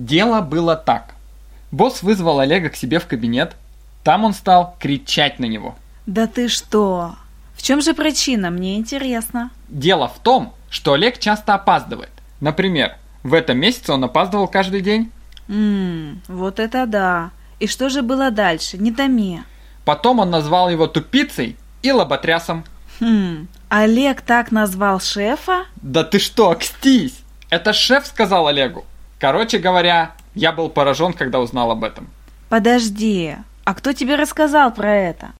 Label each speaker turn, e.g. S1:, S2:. S1: Дело было так. Босс вызвал Олега к себе в кабинет. Там он стал кричать на него.
S2: Да ты что? В чем же причина? Мне интересно.
S1: Дело в том, что Олег часто опаздывает. Например, в этом месяце он опаздывал каждый день.
S2: Ммм, вот это да. И что же было дальше? Не томи.
S1: Потом он назвал его тупицей и лоботрясом.
S2: Хм, Олег так назвал шефа?
S1: Да ты что, кстись! Это шеф сказал Олегу. Короче говоря, я был поражен, когда узнал об этом.
S2: Подожди, а кто тебе рассказал про это?